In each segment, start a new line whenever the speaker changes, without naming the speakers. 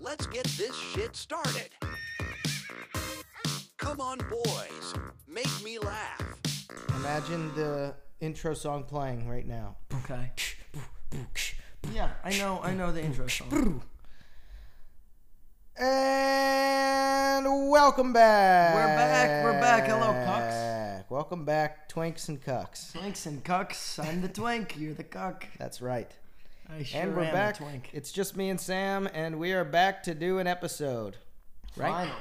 let's get this shit started. Come on, boys, make me laugh.
Imagine the intro song playing right now.
Okay. Yeah, I know, I know the intro song.
And welcome back.
We're back, we're back. Hello, cucks.
Welcome back, Twinks and Cucks.
Twinks and cucks. I'm the twink. You're the cuck.
That's right.
I sure
and we're
am
back.
the twink.
It's just me and Sam, and we are back to do an episode. Right?
Finally.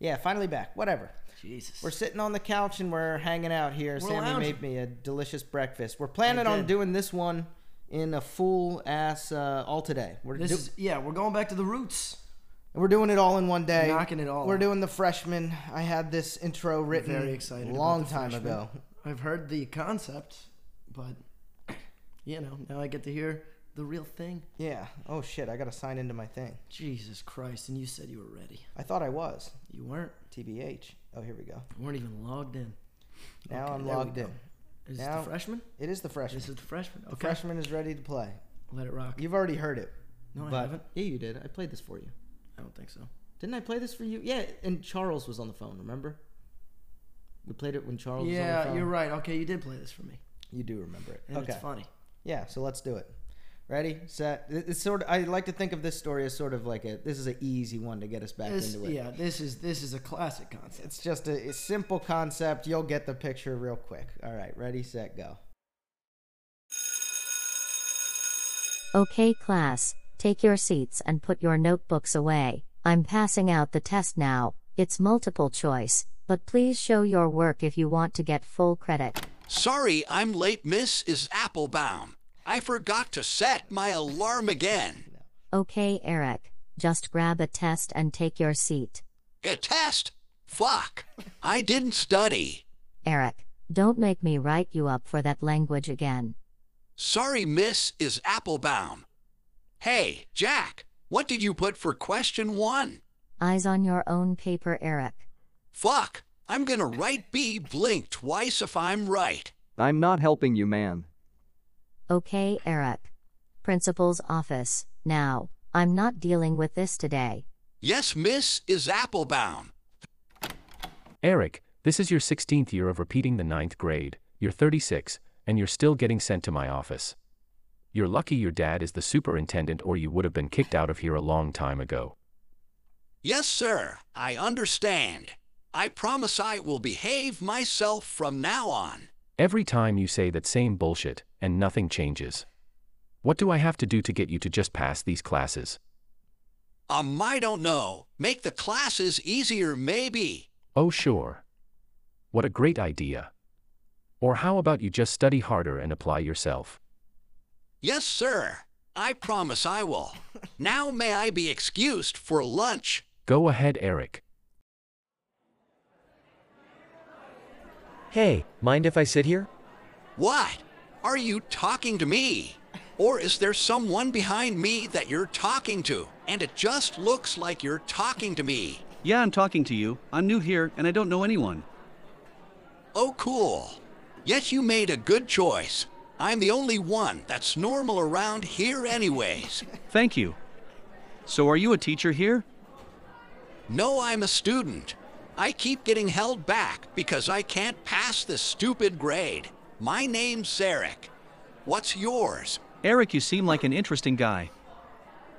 Yeah, finally back. Whatever.
Jesus.
We're sitting on the couch and we're hanging out here. Sammy
lounging.
made me a delicious breakfast. We're planning on
did.
doing this one in a full ass uh, all today. We're
this
do-
is yeah. We're going back to the roots.
We're doing it all in one day.
Knocking it all
We're
out.
doing the freshman. I had this intro written
Very excited about
long
the
time
freshman.
ago.
I've heard the concept, but you know now I get to hear the real thing.
Yeah. Oh shit, I got to sign into my thing.
Jesus Christ! And you said you were ready.
I thought I was.
You weren't.
TBH. Oh, here we go.
You weren't even logged in.
Now
Okay,
I'm
there we
logged
go.
in.
Is
Now-
this the freshman?
It is the freshman.
This is the freshman. Okay.
The freshman is ready to play.
Let it rock.
You've already heard it.
no,
but
I haven't.
Yeah, you did. I played this for you.
I don't think so.
Didn't I play this for you? Yeah, and Charles was on the phone, remember? We played it when Charles was on the
Yeah,
phone.
you're right. Okay, you did play this for me,
You do remember it.
and
okay.
it's funny.
Yeah, so let's do it. Ready, set. It- It's sort of. I like to think of this story as sort of like a. This is an easy one to get us back
This,
into it.
yeah, this is this is a classic concept.
It's just a, a simple concept. You'll get the picture real quick. All right, ready, set, go.
Okay, class, take your seats and put your notebooks away. I'm passing out the test now. It's multiple choice, but please show your work if you want to get full credit.
Sorry, I'm late, Miss is Applebaum. I forgot to set my alarm again.
Okay, Eric, just grab a test and take your seat.
A test? Fuck. I didn't study.
Eric, don't make me write you up for that language again.
Sorry, Miss is Applebaum. Hey, Jack, what did you put for question one?
Eyes on your own paper, Eric.
Fuck. I'm gonna write B blink twice if I'm right.
I'm not helping you, man.
Okay, Eric. Principal's office, now. I'm not dealing with this today.
Yes, Miss is Applebaum.
Eric, this is your 16th year of repeating the ninth grade, you're 36, and you're still getting sent to my office. You're lucky your dad is the superintendent, or you would have been kicked out of here a long time ago.
Yes, sir. I understand. I promise I will behave myself from now on.
Every time you say that same bullshit, and nothing changes. What do I have to do to get you to just pass these classes?
Um, I don't know. Make the classes easier, maybe.
Oh, sure. What a great idea. Or how about you just study harder and apply yourself?
Yes, sir. I promise I will. Now may I be excused for lunch?
Go ahead, Eric.
Hey, mind if I sit here?
What? Are you talking to me? Or is there someone behind me that you're talking to, and it just looks like you're talking to me?
Yeah, I'm talking to you. I'm new here and I don't know anyone.
Oh, cool. Yes, you made a good choice. I'm the only one that's normal around here, anyways.
Thank you. So, are you a teacher here?
No, I'm a student. I keep getting held back because I can't pass this stupid grade. My name's Sarek. What's yours?
Eric, you seem like an interesting guy.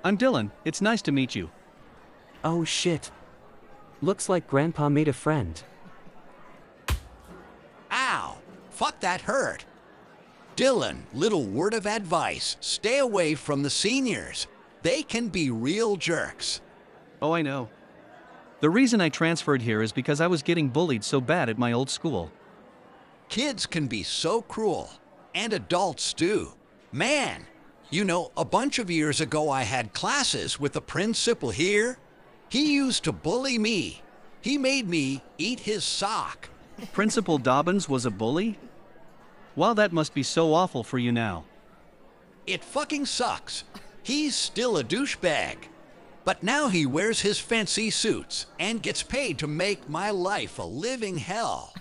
I'm Dylan. It's nice to meet you.
Oh shit. Looks like Grandpa made a friend.
Ow! Fuck that hurt. Dylan, little word of advice stay away from the seniors. They can be real jerks.
Oh, I know. The reason I transferred here is because I was getting bullied so bad at my old school.
Kids can be so cruel, and adults do. Man, you know, a bunch of years ago I had classes with the principal here. He used to bully me. He made me eat his sock.
Principal Dobbins was a bully? Wow, that must be so awful for you now.
It fucking sucks. He's still a douchebag. But now he wears his fancy suits and gets paid to make my life a living hell.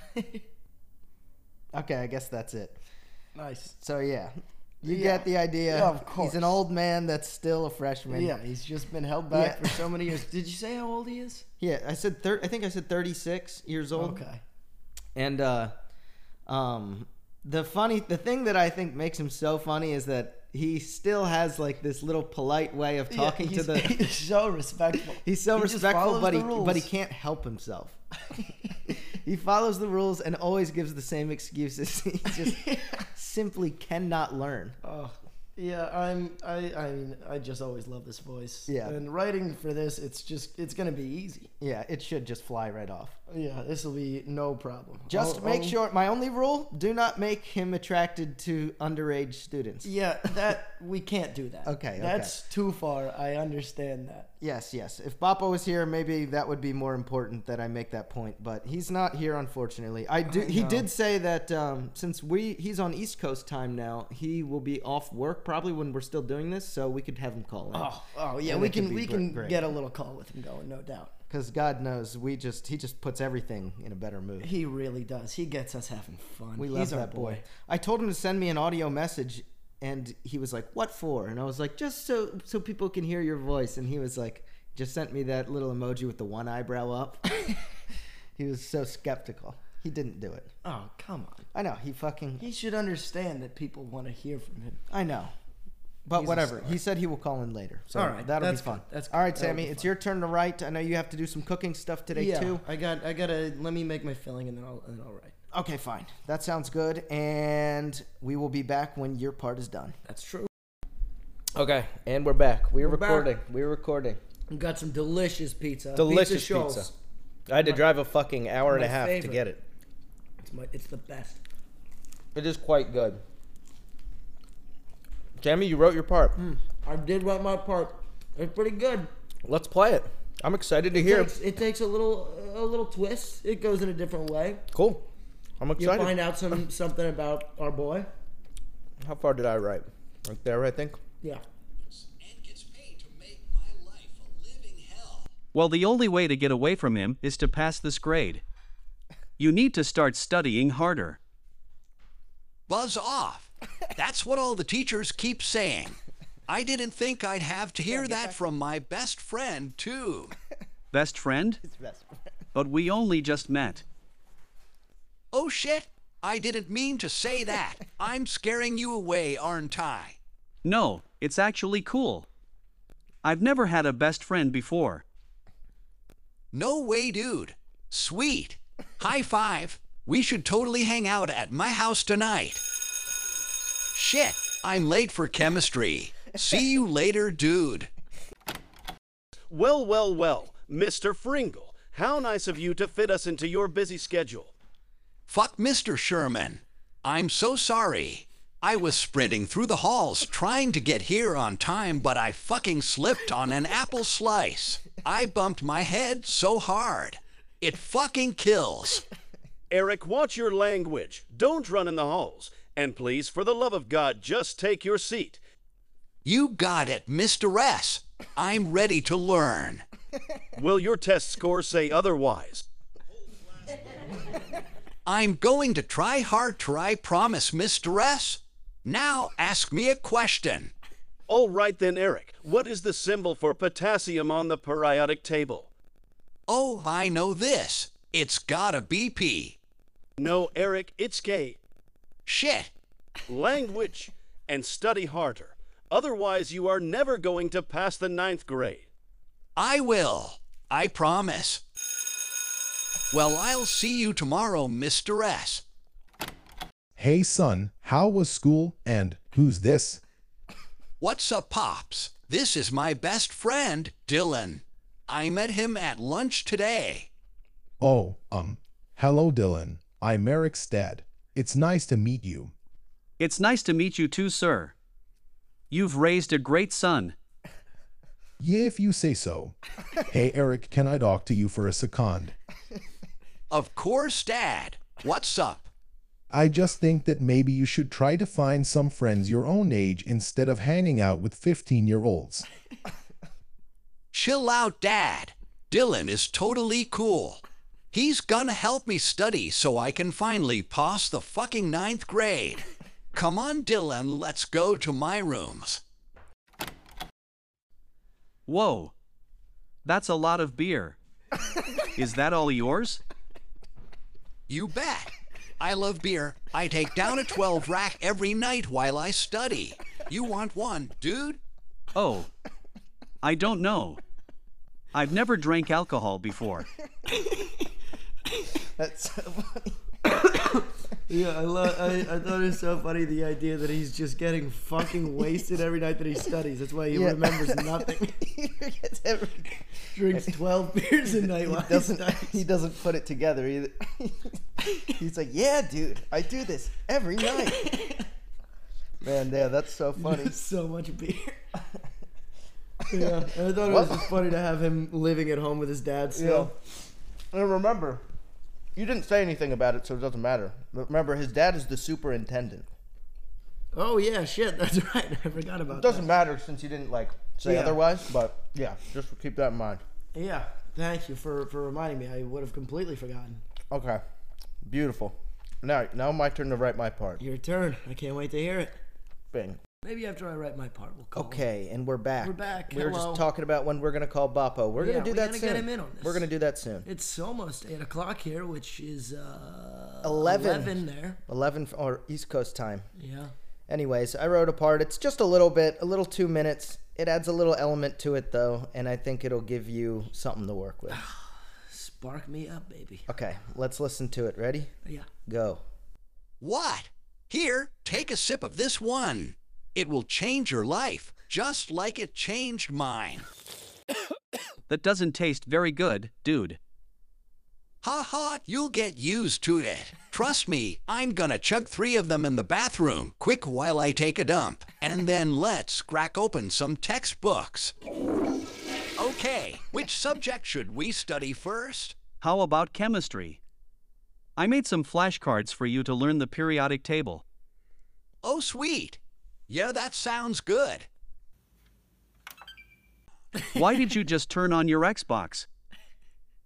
Okay, I guess that's it.
Nice.
So yeah, You get the idea.
Yeah, of
He's
course.
an old man that's still a freshman.
Yeah, he's just been held back
Yeah.
for so many years. Did you say how old he is?
Yeah, I said thir- I think I said 36 years old.
Okay.
And uh um the funny the thing that I think makes him so funny is that he still has like this little polite way of talking
Yeah,
to
he's-
the
He's so respectful.
He's so
He just
respectful
follows
but
the
he but he
rules.
can't help himself. he follows the rules and always gives the same excuses. he just simply cannot learn.
Oh, yeah. I'm. I. I mean, I just always love this voice.
Yeah.
And writing for this, it's just. It's gonna be easy.
Yeah, it should just fly right off.
Yeah. This will be no problem.
Just
I'll-
make
I'll-
sure my only rule, do not make him attracted to underage students.
Yeah. That we can't do that.
Okay, okay.
That's too far. I understand that.
Yes, yes. If Bappo was here, maybe that would be more important that I make that point. But he's not here, unfortunately. I do. he did say that um, since we he's on East Coast time now, he will be off work probably when we're still doing this, so we could have him call in.
Oh. Oh yeah.
And
we
it could
can.
be
We
gr-
can
great.
get a little call with him going. No doubt.
because God knows we just he just puts everything in a better mood.
He really does. He gets us having fun.
We love
He's our
that boy. I told him to send me an audio message, and he was like, "What for?" And I was like, "Just so so people can hear your voice." And he was like, "Just sent me that little emoji with the one eyebrow up." he was so skeptical. He didn't do it.
Oh come on.
I know he fucking.
He should understand that people want to hear from him.
I know. But
He's a
whatever.
star.
He said he will call in later. So
All right,
that'll
that's
be fun.
good, that's
All right,
good, that'll
Sammy.
be
It's
fun.
your turn to write. I know you have to do some cooking stuff today too.
I got. I gotta. Let me make my filling, and then I'll. And I'll write.
Okay, fine. That sounds good. And we will be back when your part is done.
That's true.
Okay, and we're back. We're,
back.
recording. We're recording.
We got some delicious pizza.
Delicious
pizza. Shoals.
pizza. I had to drive a fucking hour and
my
a half to
favorite.
get it.
It's my. It's the best.
It is quite good. Jamie, you wrote your part.
I did write my part. It's pretty good.
Let's play it. I'm excited to hear.
It takes, it takes a little a little twist. It goes in a different way.
Cool. I'm
You
excited.
find out some something about our boy.
How far did I write? Right there, I think.
Yeah.
and gets paid to make my life a living hell.
Well, the only way to get away from him is to pass this grade. You need to start studying harder.
Buzz off. That's what all the teachers keep saying. I didn't think I'd have to hear that from my best friend, too.
Best friend?
Best.
But we only just met.
Oh shit, I didn't mean to say that. I'm scaring you away, aren't I?
No, it's actually cool. I've never had a best friend before.
No way, dude. Sweet. High five. We should totally hang out at my house tonight. Shit, I'm late for chemistry. See you later, dude.
Well, well, well, Mr. Fringle, how nice of you to fit us into your busy schedule.
Fuck Mr. Sherman. I'm so sorry. I was sprinting through the halls trying to get here on time, but I fucking slipped on an apple slice. I bumped my head so hard. It fucking kills.
Eric, watch your language. Don't run in the halls. And please, for the love of God, just take your seat.
You got it, Mr. S. I'm ready to learn.
Will your test score say otherwise?
I'm going to try hard to I promise, Mr. S. Now ask me a question.
All right then, Eric, what is the symbol for potassium on the periodic table?
Oh, I know this. It's gotta be P.
No, Eric, it's K.
Shit.
Language. And study harder. Otherwise, you are never going to pass the ninth grade.
I will. I promise. Well, I'll see you tomorrow, Mr. S.
Hey son, how was school and who's this?
What's up, Pops? This is my best friend, Dylan. I met him at lunch today.
Oh, um, hello Dylan. I'm Eric's dad. It's nice to meet you.
It's nice to meet you too, sir. You've raised a great son.
Yeah, if you say so. hey Eric, can I talk to you for a second?
Of course, Dad. What's up?
I just think that maybe you should try to find some friends your own age instead of hanging out with 15 year olds.
Chill out, Dad. Dylan is totally cool. He's gonna help me study so I can finally pass the fucking ninth grade. Come on, Dylan, let's go to my rooms.
Whoa. That's a lot of beer. Is that all yours?
You bet. I love beer. I take down a 12 rack every night while I study. You want one, dude?
Oh. I don't know. I've never drank alcohol before.
That's so funny. yeah, I, lo- I, I thought it was so funny the idea that he's just getting fucking wasted every night that he studies. That's why he
Yeah.
remembers nothing.
he forgets every.
Drinks 12 beers a night
He
while he
doesn't.
studies.
He doesn't put it together either. He's like, "Yeah, dude, I do this every night." Man, yeah, that's so funny.
so much beer. yeah, and I thought it was
What?
just funny to have him living at home with his dad still.
And remember, you didn't say anything about it, so it doesn't matter. But remember, his dad is the superintendent.
Oh yeah, shit, that's right. I forgot about
It doesn't
that.
matter since you didn't like say
Yeah.
otherwise. But yeah, just keep that in mind.
Yeah, thank you for for reminding me. I would have completely forgotten.
Okay, beautiful. Now, now my turn to write my part.
Your turn. I can't wait to hear it.
Bing.
Maybe after I write my part, we'll call.
Okay, and we're back.
We're back.
We were
Hello.
just talking about when we're gonna call Bappo. We're
Yeah,
gonna do
we
that
gotta
soon.
get him in on this.
We're gonna do that soon.
It's almost eight o'clock here, which is uh,
11.
there.
Eleven f- or East Coast time.
Yeah.
Anyways, I wrote a part. It's just a little bit, a little two minutes. It adds a little element to it though, and I think it'll give you something to work with.
Spark me up, baby.
Okay, let's listen to it. Ready?
Yeah.
Go.
What? Here, take a sip of this one. It will change your life, just like it changed mine.
That doesn't taste very good, dude.
Ha ha, you'll get used to it. Trust me, I'm gonna chug three of them in the bathroom, quick while I take a dump. And then let's crack open some textbooks. Okay, which subject should we study first?
How about chemistry? I made some flashcards for you to learn the periodic table.
Oh, sweet. Yeah, that sounds good.
Why did you just turn on your Xbox?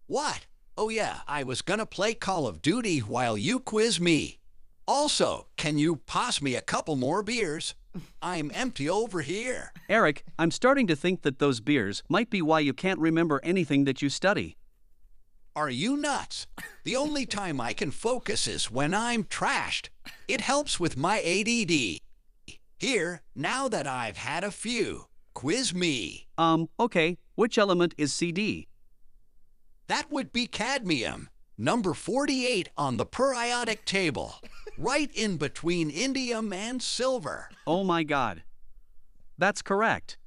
What? Oh, yeah, I was gonna play Call of Duty while you quiz me. Also, can you pass me a couple more beers? I'm empty over here.
Eric, I'm starting to think that those beers might be why you can't remember anything that you study.
Are you nuts? The only time I can focus is when I'm trashed. It helps with my ADD. Here, now that I've had a few, quiz me.
Um, okay, which element is CD?
That would be cadmium, number 48 on the periodic table, right in between indium and silver.
Oh my god. That's correct.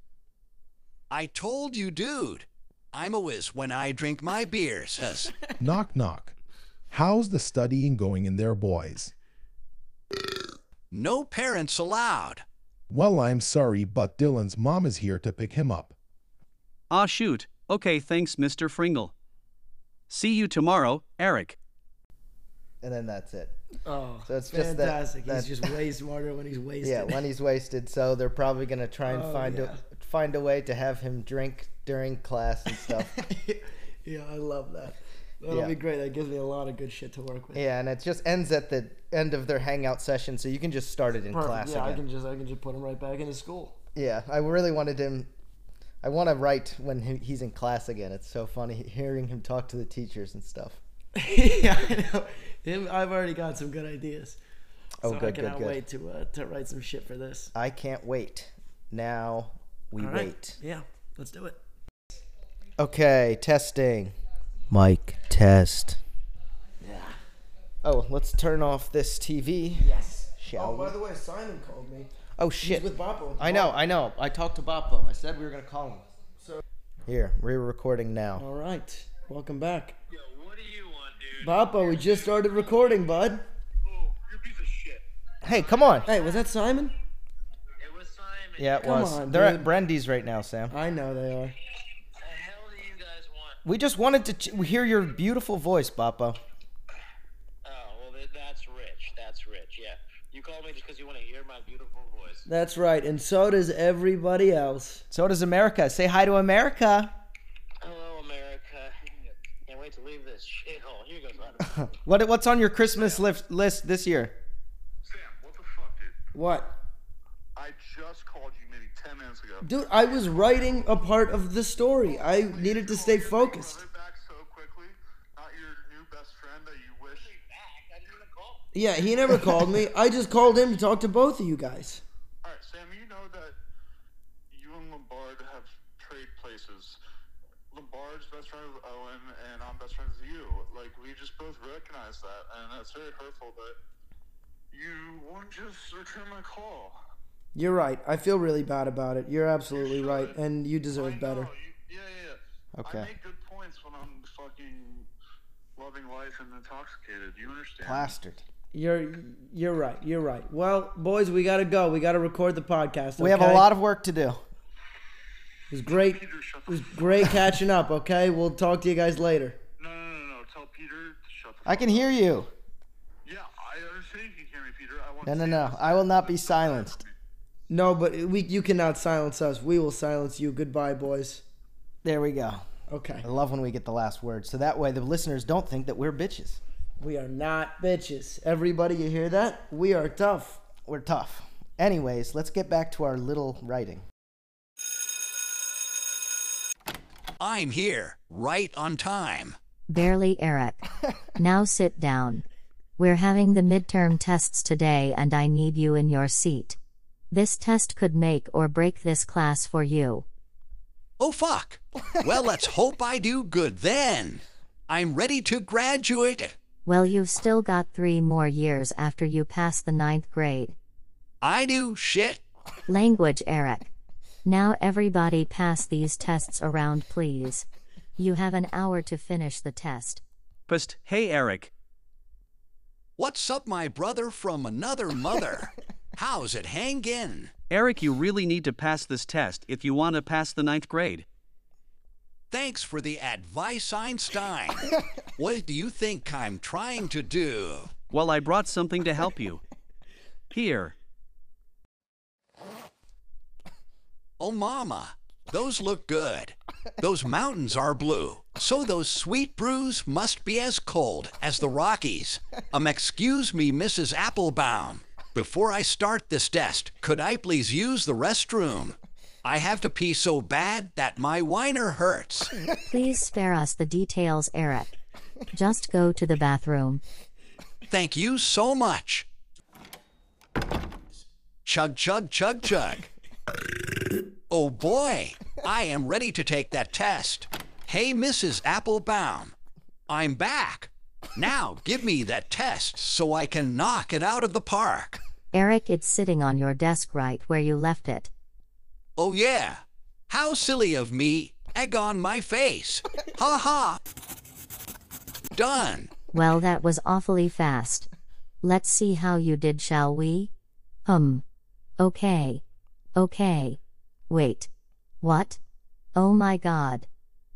I told you, dude. I'm a whiz when I drink my beer, says.
knock, knock. How's the studying going in there, boys?
No parents allowed.
Well, I'm sorry, but Dylan's mom is here to pick him up.
Ah, shoot. Okay, thanks, Mr. Fringle. See you tomorrow, Eric.
And then that's it.
Oh,
So it's just that-
fantastic.
that-
He's just way smarter when he's wasted.
Yeah, when he's wasted, so they're probably gonna try and
Oh,
find
yeah.
a find a way to have him drink during class and stuff.
yeah, I love that. That'll
Yeah.
be great. That gives me a lot of good shit to work with.
yeah, and it just ends at the end of their hangout session, so you can just start it in
Perfect.
class
yeah, I
again.
can just I can just put him right back into school.
Yeah, I really wanted him. I want to write when he- he's in class again. It's so funny hearing him talk to the teachers and stuff.
yeah, I know. Him, I've already got some good ideas.
Oh,
so I
good, good,
cannot
good.
wait to uh, to write some shit for this.
I can't wait. Now we
All
wait.
right. Yeah, let's do it.
Okay, testing. Mic test. Oh, let's turn off this TV.
Yes. Oh,
Shall we?
way, Simon called me.
Oh shit.
Boppo.
I know, I know. I talked to Bappo. I said we were gonna call him. Here, we're recording now.
All right. Welcome back.
Yo, what do you want, dude?
Boppo, we just started recording, bud.
Oh, you're a piece of shit.
Hey, come on.
Hey, was that Simon?
It was Simon.
Yeah, it
Come
was.
on,
They're at
dude.
Brandy's right now, Sam.
I know they are.
What the hell do you guys want?
We just wanted to ch- hear your beautiful voice, Bappo.
Oh, well, th- that's rich. That's rich, yeah. You called me just because you want to hear my beautiful voice.
That's right, and so does everybody else.
So does America. Say hi to America.
Hello, America. Can't wait to leave this shithole. Here goes my
What what's on your Christmas lif- list this year?
Sam, what the fuck, dude?
What?
I just called you maybe 10 minutes ago.
Dude, I was writing a part of the story. I needed to stay focused. Yeah, he never called me. I just called him to talk to both of you guys.
All right, Sam, you know that you and Lombard have trade places. Lombard's best friend with Owen, and I'm best friends with you. Like, we just both recognize that, and that's very hurtful, but you won't just return my call.
You're right. I feel really bad about it. You're absolutely right, and you deserve better.
Yeah, yeah, yeah.
Okay.
I make good points when I'm fucking loving life and intoxicated. You understand?
Plastered.
You're you're right. You're right. Well, boys, we gotta go. We gotta record the podcast.
We have a
okay?
lot of work to do.
It was great. It was great catching up. Okay, we'll talk to you guys later.
I can hear you. No, no, no. I will not be silenced.
No, but we you cannot silence us. We will silence you. Goodbye, boys.
There we go.
Okay.
I love when we get the last word. So that way the listeners don't think that we're bitches.
We are not bitches. Everybody, you hear that? We are tough.
We're tough. Anyways, let's get back to our little writing.
I'm here, right on time.
Barely Eric. now sit down. We're having the midterm tests today and I need you in your seat. This test could make or break this class for you.
Oh, fuck. Well, let's hope I do good then. I'm ready to graduate.
Well, you've still got three more years after you pass the ninth grade.
I do shit.
Language Eric. Now everybody pass these tests around, please. You have an hour to finish the test.
Pst, hey Eric.
What's up, my brother from another mother? How's it hangin'?
Eric, you really need to pass this test if you want to pass the ninth grade.
Thanks for the advice, Einstein. what do you think I'm trying to do?
Well, I brought something to help you. Here.
Oh, mama, those look good. Those mountains are blue, so those sweet brews must be as cold as the Rockies. Um, excuse me, Mrs. Applebaum. Before I start this test, could I please use the restroom? I have to pee so bad that my whiner hurts.
Please spare us the details, Eric. Just go to the bathroom.
Thank you so much. Chug, chug, chug, chug. Oh boy, I am ready to take that test. Hey, Mrs. Applebaum, I'm back. Now give me that test so I can knock it out of the park.
Eric, it's sitting on your desk right where you left it.
Oh yeah, how silly of me. Egg on my face. Ha ha. Done.
Well, that was awfully fast. Let's see how you did, shall we? Um. Okay. Okay. Wait. What? Oh my god.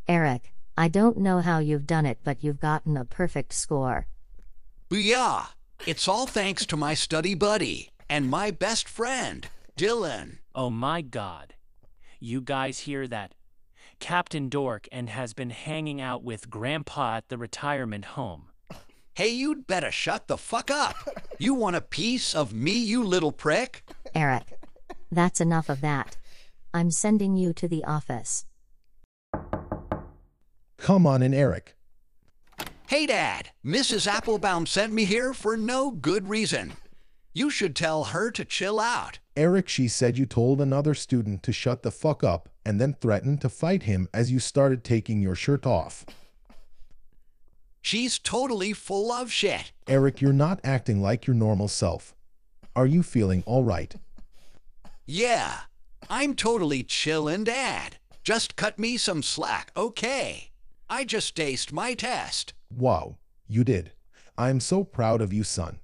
Eric, I don't know how you've done it, but you've gotten a perfect score.
Booyah! It's all thanks to my study buddy and my best friend, Dylan.
Oh my god. You guys hear that? Captain Dork and has been hanging out with Grandpa at the retirement home.
Hey, you'd better shut the fuck up. You want a piece of me, you little prick?
Eric. That's enough of that. I'm sending you to the office.
Come on in, Eric.
Hey, Dad, Mrs. Applebaum sent me here for no good reason. You should tell her to chill out.
Eric, she said you told another student to shut the fuck up and then threatened to fight him as you started taking your shirt off.
She's totally full of shit.
Eric, you're not acting like your normal self. Are you feeling all right?
Yeah, I'm totally chillin', Dad. Just cut me some slack, okay? I just aced my test.
Wow, you did. I'm so proud of you, son.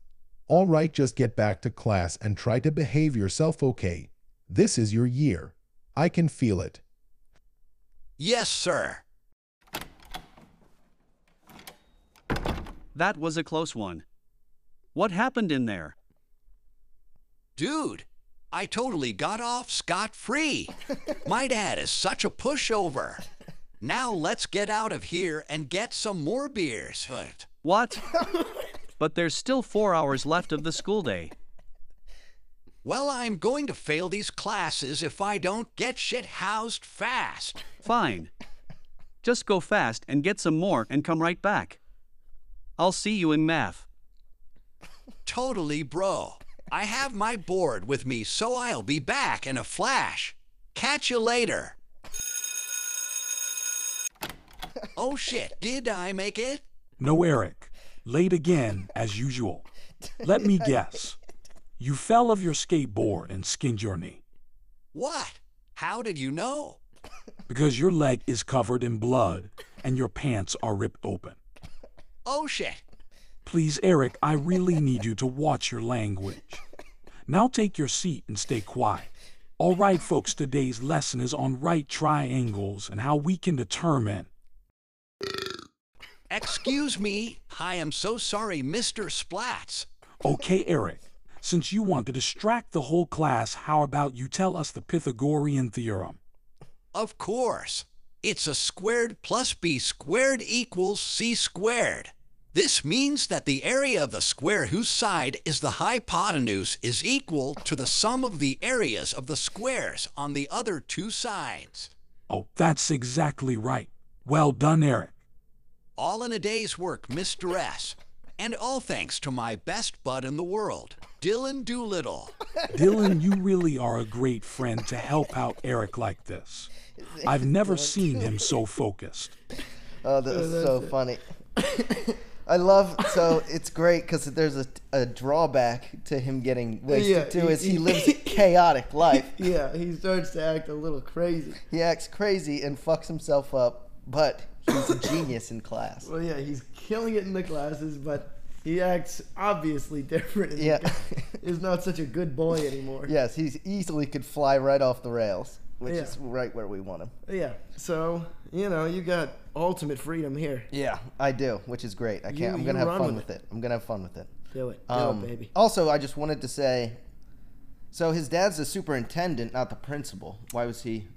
All right, just get back to class and try to behave yourself, okay? This is your year. I can feel it.
Yes, sir.
That was a close one. What happened in there?
Dude, I totally got off scot free. My dad is such a pushover. Now let's get out of here and get some more beers. But
What? but there's still four hours left of the school day.
Well, I'm going to fail these classes if I don't get shit housed fast.
Fine. Just go fast and get some more and come right back. I'll see you in math.
Totally, bro. I have my board with me, so I'll be back in a flash. Catch you later. Oh shit, did I make it?
No, Eric. Late again, as usual. Let me guess. You fell off your skateboard and skinned your knee
What? How did you know?
because your leg is covered in blood and your pants are ripped open.
Oh shit.
Please, Eric, I really need you to watch your language. Now take your seat and stay quiet. All right, folks, today's lesson is on right triangles and how we can determine.
Excuse me. I am so sorry, Mr. Splats.
Okay, Eric, since you want to distract the whole class, how about you tell us the Pythagorean theorem?
Of course. It's a squared plus b squared equals c squared. This means that the area of the square whose side is the hypotenuse is equal to the sum of the areas of the squares on the other two sides.
Oh, that's exactly right. Well done, Eric.
All in a day's work, Mr. S. And all thanks to my best bud in the world, Dylan Doolittle.
Dylan, you really are a great friend to help out Eric like this. I've never seen him so focused.
Oh, that was so funny. I love so it's great because there's a, a drawback to him getting wasted
Yeah,
too
he-
is he,
he-
lives a chaotic life.
Yeah, he starts to act a little crazy.
He acts crazy and fucks himself up, but he's a genius in class.
Well, yeah, he's killing it in the classes, but he acts obviously different. and
Yeah.
is not such a good boy anymore.
Yes, he's easily could fly right off the rails, which
Yeah.
is right where we want him.
Yeah. So you know you got ultimate freedom here.
Yeah, I do, which is great. I can't.
You-
I'm
you
gonna have
run
fun
with
with it. I'm gonna have fun with it.
Do it. Do
Um,
it, baby.
Also, I just wanted to say, so his dad's the superintendent, not the principal. Why was he?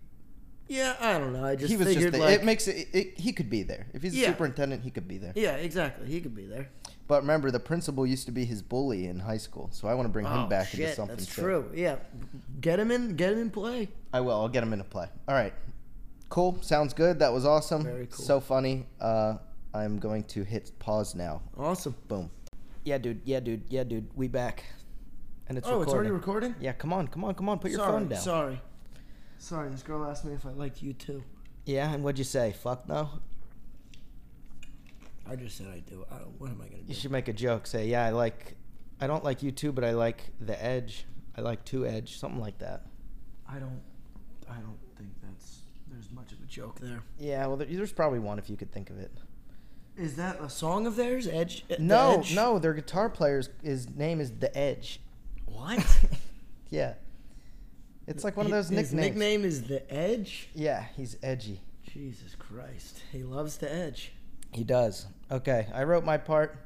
Yeah, I don't know. I just
he was just.
figured
The,
like
it makes it, it. He could be there if he's a
Yeah.
superintendent. He could be there.
Yeah, exactly. He could be there.
But remember, the principal used to be his bully in high school, so I want to bring him back
Oh, shit,
into something.
That's
too.
true. Yeah, get him in. Get him in play.
I will. I'll get him into play. All right. Cool. Sounds good. That was awesome.
Very cool.
So funny. Uh, I'm going to hit pause now.
Awesome.
Boom. Yeah, dude. Yeah, dude. Yeah, dude. We back. And it's
oh,
recording.
it's already recording.
Yeah, come on, come on, come on. Put your
sorry,
phone down.
Sorry. Sorry. This girl asked me if I liked you too.
Yeah, and what'd you say? Fuck no.
I just said I do. I don't, what am I gonna do?
You should make a joke. Say, yeah, I like. I don't like you too, but I like the edge. I like two edge, something like that.
I don't. I don't think that's there's much of a joke there.
Yeah, well, there, there's probably one if you could think of it.
Is that a song of theirs? Edge. uh, The
No,
Edge?
no, their guitar player's his name is the Edge.
What?
Yeah, it's like one of
He-
those nicknames.
His nickname is the Edge.
Yeah, he's edgy.
Jesus Christ, he loves the Edge.
He does. Okay, I wrote my part.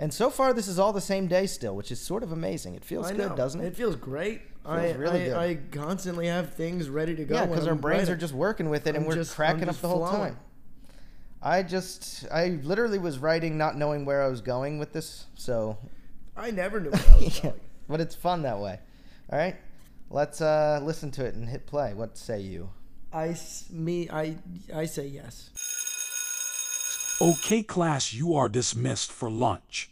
And so far, this is all the same day still, which is sort of amazing. It feels
I
good,
know.
doesn't
It
it?
feels great. I,
Feels really
I, I constantly have things ready to go.
yeah,
when
because our
I'm
brains are
writing.
just working with it, and
I'm
we're
just- I'm
cracking up
just
the whole
flowing.
time. I just, I literally was writing not knowing where I was going with this, so.
I never knew what I was
yeah,
going.
but it's fun that way. All right, let's uh, listen to it and hit play. What say you?
I s- me I I say yes.
Okay, class, you are dismissed for lunch.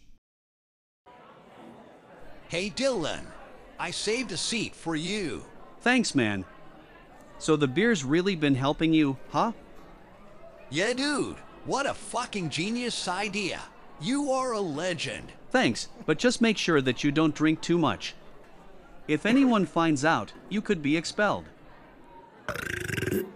Hey, Dylan, I saved a seat for you.
Thanks, man. So the beer's really been helping you, huh?
Yeah, dude, what a fucking genius idea. You are a legend.
Thanks, but just make sure that you don't drink too much. If anyone finds out, you could be expelled.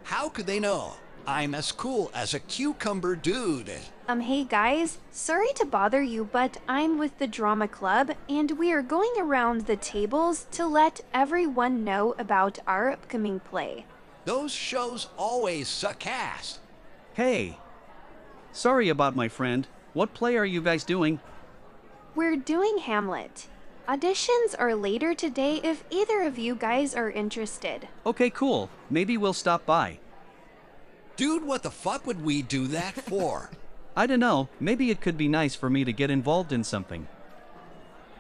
How could they know? I'm as cool as a cucumber, dude.
Um, hey guys, sorry to bother you, but I'm with the drama club, and we are going around the tables to let everyone know about our upcoming play.
Those shows always suck ass.
Hey! Sorry about my friend. What play are you guys doing?
We're doing Hamlet. Auditions are later today if either of you guys are interested.
Okay, cool. Maybe we'll stop by.
Dude, what the fuck would we do that for?
I dunno, maybe it could be nice for me to get involved in something.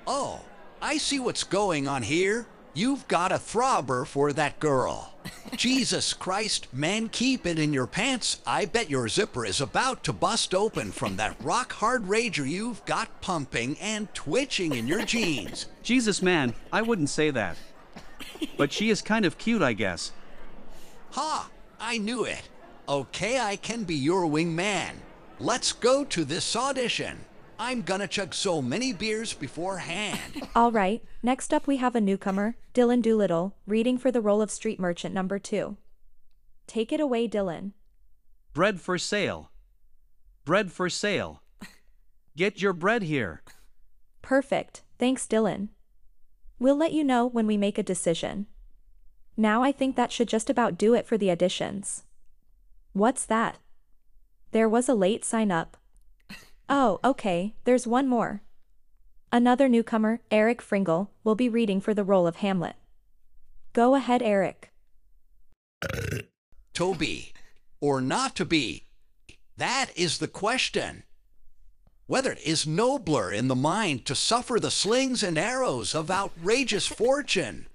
oh, I see what's going on here. You've got a throbber for that girl. Jesus Christ, man, keep it in your pants. I bet your zipper is about to bust open from that rock hard rager you've got pumping and twitching in your jeans.
Jesus, man, I wouldn't say that. But she is kind of cute, I guess.
Ha! I knew it. Okay, I can be your wingman. Let's go to this audition. I'm gonna chug so many beers beforehand.
All right, next up we have a newcomer, Dylan Doolittle, reading for the role of street merchant number two. Take it away, Dylan.
Bread for sale. Bread for sale. Get your bread here.
Perfect, thanks, Dylan. We'll let you know when we make a decision. Now I think that should just about do it for the additions. What's that? There was a late sign up. Oh, okay, there's one more. Another newcomer, Eric Fringle, will be reading for the role of Hamlet. Go ahead, Eric.
To be or not to be? That is the question. Whether it is nobler in the mind to suffer the slings and arrows of outrageous fortune,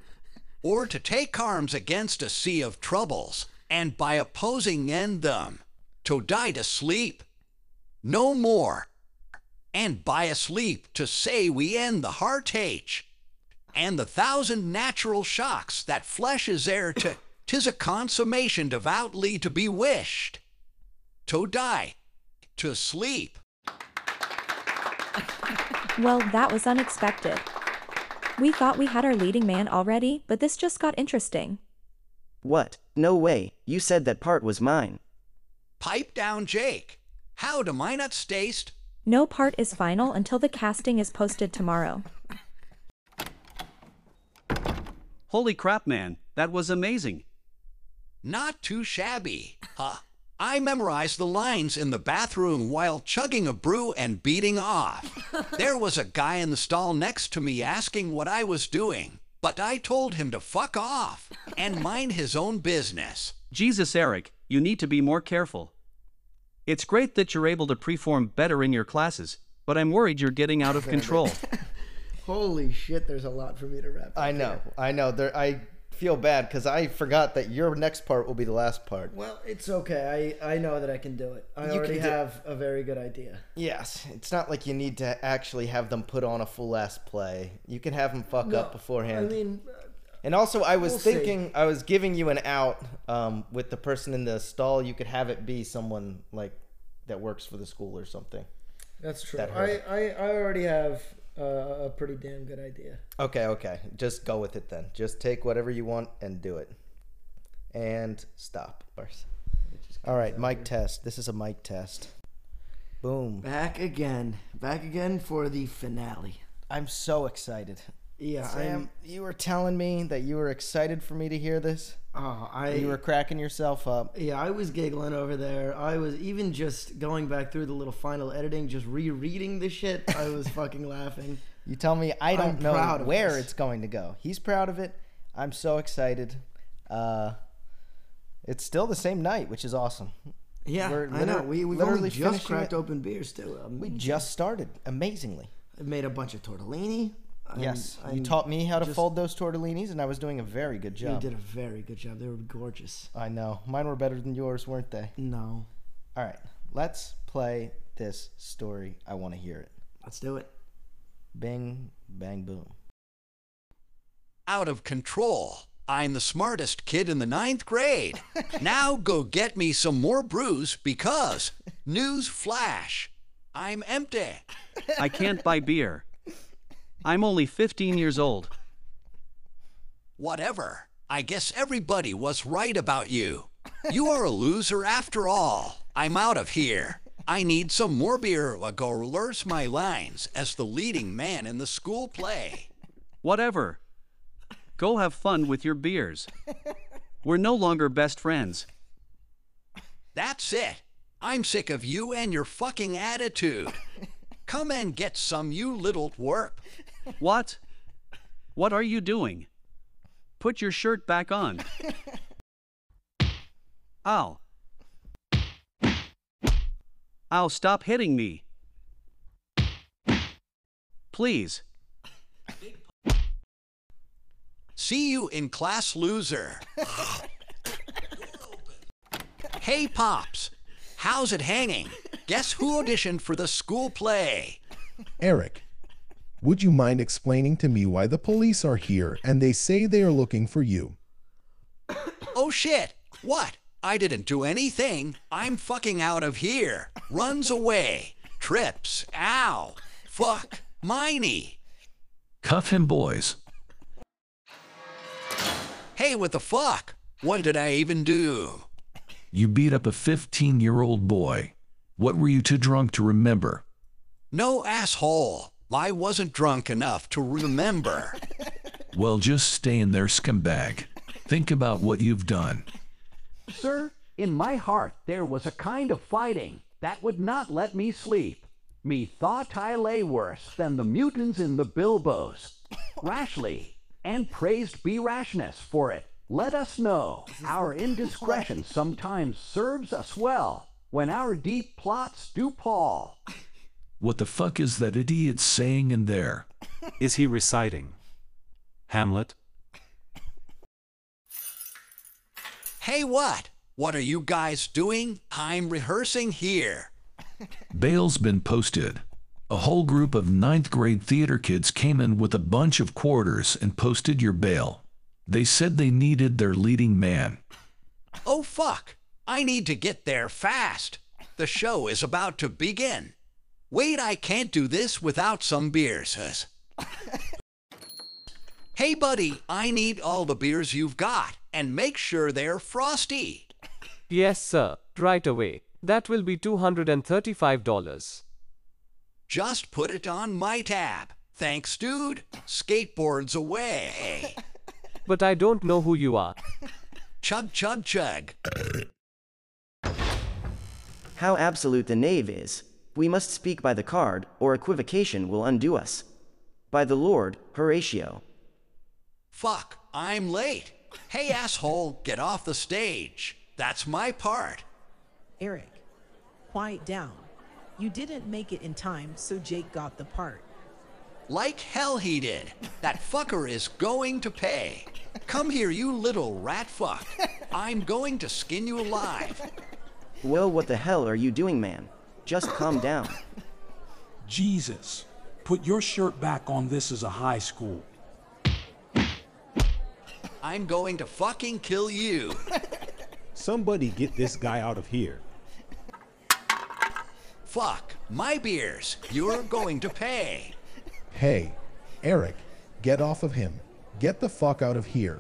or to take arms against a sea of troubles, and by opposing end them, to die to sleep, no more, and by a sleep to say we end the heartache, and the thousand natural shocks that flesh is heir to, tis a consummation devoutly to be wished, to die, to sleep.
Well, that was unexpected. We thought we had our leading man already, but this just got interesting.
What? No way. You said that part was mine.
Pipe down, Jake. How do my nuts taste?
No part is final until the casting is posted tomorrow.
Holy crap, man, that was amazing.
Not too shabby. Huh. I memorized the lines in the bathroom while chugging a brew and beating off. There was a guy in the stall next to me asking what I was doing, but I told him to fuck off and mind his own business.
Jesus, Eric, you need to be more careful. It's great that you're able to perform better in your classes, but I'm worried you're getting out of control.
Holy shit, there's a lot for me to wrap. up
I know, I know. There, I feel bad because I forgot that your next part will be the last part.
Well, it's okay. I, I know that I can do it. I
You
already
can do-
have a very good idea.
Yes, it's not like you need to actually have them put on a full ass play. You can have them fuck
No,
up beforehand.
I mean, uh,
and also, I was
we'll see.
thinking, I was giving you an out um, with the person in the stall. You could have it be someone like that works for the school or something.
that's true.
That
I,
hurt.
I, I already have uh, a pretty damn good idea.
Okay, okay. Just go with it then. Just take whatever you want and do it. And stop. All right, mic test. This is a mic test. Boom.
Back again. Back again for the finale.
I'm so excited.
Yeah,
Sam,
I'm-
you were telling me that you were excited for me to hear this.
Oh, I
you were cracking yourself up.
Yeah, I was giggling over there. I was even just going back through the little final editing, just rereading the shit. I was fucking laughing.
You tell me I don't
I'm
know
proud of
where
this.
it's going to go. He's proud of it. I'm so excited. Uh, it's still the same night, which is awesome.
Yeah,
We're
I know.
liter-
We we
literally
literally just
finishing
cracked
it.
open beers too. Um,
We just started amazingly.
I made a bunch of tortellini. I'm-
yes, you
I'm
taught me how to
just-
fold those tortellinis, and I was doing a very good
You
job. Uh,
did a very good job. They were gorgeous.
I know. Mine were better than yours, weren't they?
No.
All right, let's play this story. I want to hear it.
Let's do it.
Bing, bang, boom.
Out of control. I'm the smartest kid in the ninth grade. now go get me some more brews because, news flash, I'm empty.
I can't buy beer. I'm only 15 years old.
Whatever. I guess everybody was right about you. You are a loser after all. I'm out of here. I need some more beer ago learns my lines as the leading man in the school play.
Whatever. Go have fun with your beers. We're no longer best friends.
That's it. I'm sick of you and your fucking attitude. Come and get some, you little twerp.
What? What are you doing? Put your shirt back on. Ow. Ow, stop hitting me. Please.
See you in class, loser. hey, Pops. How's it hanging? Guess who auditioned for the school play?
Eric, would you mind explaining to me why the police are here and they say they are looking for you?
Oh shit! What? I didn't do anything. I'm fucking out of here. Runs away. Trips. Ow. Fuck. Miney.
Cuff him, boys.
Hey, what the fuck? What did I even do?
You beat up a 15 year old boy. What were you too drunk to remember?
No asshole. I wasn't drunk enough to remember.
Well, just stay in there, scumbag. Think about what you've done.
Sir, in my heart there was a kind of fighting that would not let me sleep. Me thought I lay worse than the mutants in the Bilbos. Rashly, and praised be rashness for it. Let us know our indiscretion sometimes serves us well when our deep plots do pall.
What the fuck is that idiot saying in there?
Is he reciting? Hamlet?
Hey, what? What are you guys doing? I'm rehearsing here.
Bail's been posted. A whole group of ninth grade theater kids came in with a bunch of quarters and posted your bail. They said they needed their leading man.
Oh, fuck. I need to get there fast. The show is about to begin. Wait, I can't do this without some beers. Hus. hey, buddy, I need all the beers you've got and make sure they're frosty.
Yes, sir, right away. That will be $235.
Just put it on my tab. Thanks, dude. Skateboards away.
but I don't know who you are.
Chug, chug, chug.
How absolute the knave is. We must speak by the card, or equivocation will undo us. By the Lord, Horatio.
Fuck, I'm late. Hey, asshole, get off the stage. That's my part.
Eric, quiet down. You didn't make it in time, so Jake got the part.
Like hell he did. That fucker is going to pay. Come here, you little rat fuck. I'm going to skin you alive.
Well, what the hell are you doing, man? Just calm down.
Jesus, put your shirt back on. This is a high school.
I'm going to fucking kill you.
Somebody get this guy out of here.
Fuck, my beers. You're going to pay.
Hey, Eric, get off of him. Get the fuck out of here.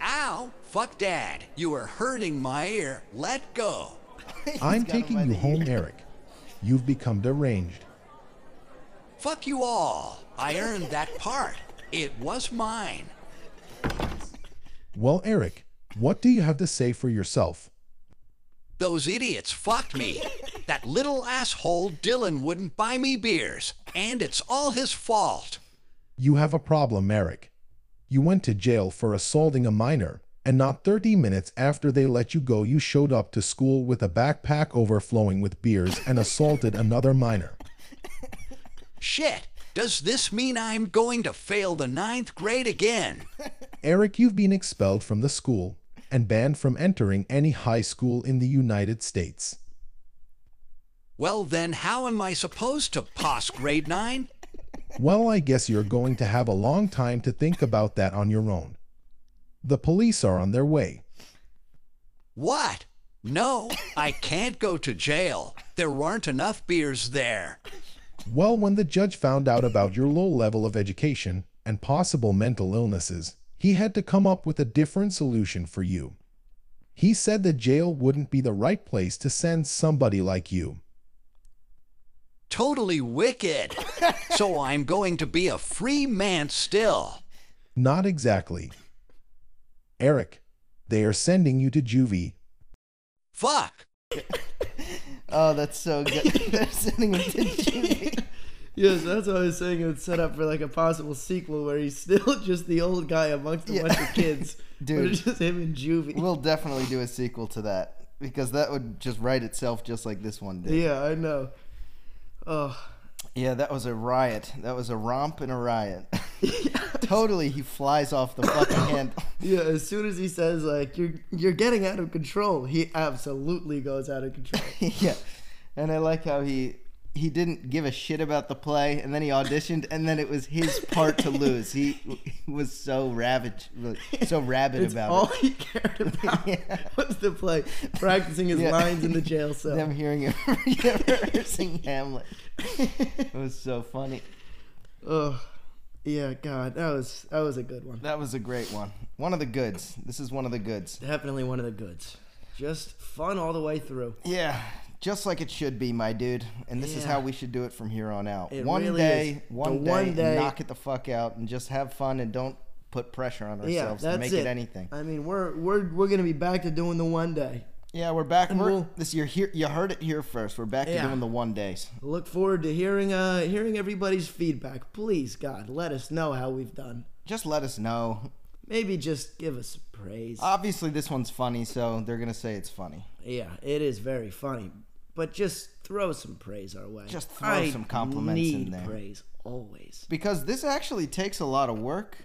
Ow, fuck dad. You are hurting my ear. Let go.
I'm taking you home, Eric. You've become deranged.
Fuck you all. I earned that part. It was mine.
Well, Eric, what do you have to say for yourself?
Those idiots fucked me. That little asshole Dylan wouldn't buy me beers, and it's all his fault.
You have a problem, Eric. You went to jail for assaulting a minor, and not 30 minutes after they let you go, you showed up to school with a backpack overflowing with beers and assaulted another minor.
Shit, does this mean I'm going to fail the ninth grade again?
Eric, you've been expelled from the school and banned from entering any high school in the United States.
Well, then, how am I supposed to pass grade 9?
Well, I guess you're going to have a long time to think about that on your own. The police are on their way.
What? No, I can't go to jail. There weren't enough beers there.
Well, when the judge found out about your low level of education and possible mental illnesses, he had to come up with a different solution for you. He said that jail wouldn't be the right place to send somebody like you.
Totally wicked. so I'm going to be a free man still.
Not exactly. Eric, they are sending you to juvie.
Fuck!
oh, that's so good. They're sending him to juvie.
Yes, that's what I was saying. It would set up for like a possible sequel where he's still just the old guy amongst a
Yeah.
bunch of kids.
Dude.
But it's just him in juvie.
We'll definitely do a sequel to that because that would just write itself just like this one did.
Yeah, I know. Oh,
Yeah, that was a riot. That was a romp and a riot. totally, he flies off the fucking handle.
Yeah, as soon as he says like you're you're getting out of control, he absolutely goes out of control.
yeah, and I like how he he didn't give a shit about the play, and then he auditioned, and then it was his part to lose. He, he was so ravaged, so rabid
It's
about
all
it.
he cared about was the play, practicing his
Yeah.
lines in the jail cell.
Them hearing him rehearsing Hamlet. It was so funny.
Oh, yeah, God, that was that was a good one.
That was a great one. One of the goods. This is one of the goods.
Definitely one of the goods. Just fun all the way through.
Yeah, just like it should be, my dude. And this is
Yeah.
how we should do it from here on out.
It
one,
really
day,
is. The
one day,
one day-
knock it the fuck out, and just have fun and don't put pressure on
Yeah,
ourselves
that's
to make it, anything.
I mean, we're we're we're gonna be back to doing the one day.
Yeah, we're back.
And
We're,
we'll-
this year, here you heard it here first. We're back
Yeah.
to doing the one days.
Look forward to hearing uh hearing everybody's feedback. Please, God, let us know how we've done.
Just let us know.
Maybe just give us some praise.
Obviously, this one's funny, so they're gonna say it's funny.
yeah, it is very funny, but just throw some praise our way.
Just throw
I
some compliments in
need
there.
Praise always.
Because this actually takes a lot of work.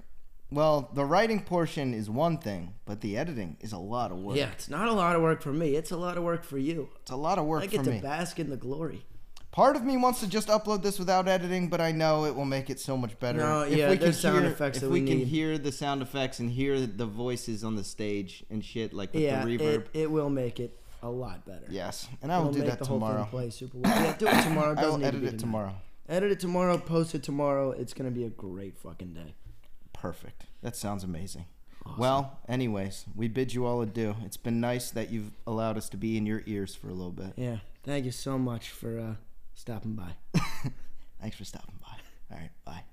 Well, the writing portion is one thing, but the editing is a lot of work.
Yeah, it's not a lot of work for me. It's a lot of work for you.
It's a lot of work
I get
for
to
me.
bask in the glory.
Part of me wants to just upload this without editing, but I know it will make it so much better.
No,
if
yeah,
we can
there's sound
hear,
effects
if
that
we,
we
can
need.
hear the sound effects and hear the voices on the stage and shit, like with
yeah,
the reverb.
It, it will make it a lot better.
Yes, and I will
It'll
do
make
that
the whole thing
tomorrow.
play super well. Yeah, do it tomorrow. It
I
doesn't
will
need to
edit
be
it
tonight.
tomorrow.
Edit it tomorrow. Post it tomorrow. It's gonna be a great fucking day.
Perfect. That sounds amazing. Well, anyways, we bid you all adieu. It's been nice that you've allowed us to be in your ears for a little bit.
Yeah. Thank you so much for uh, stopping by.
Thanks for stopping by. All right, bye.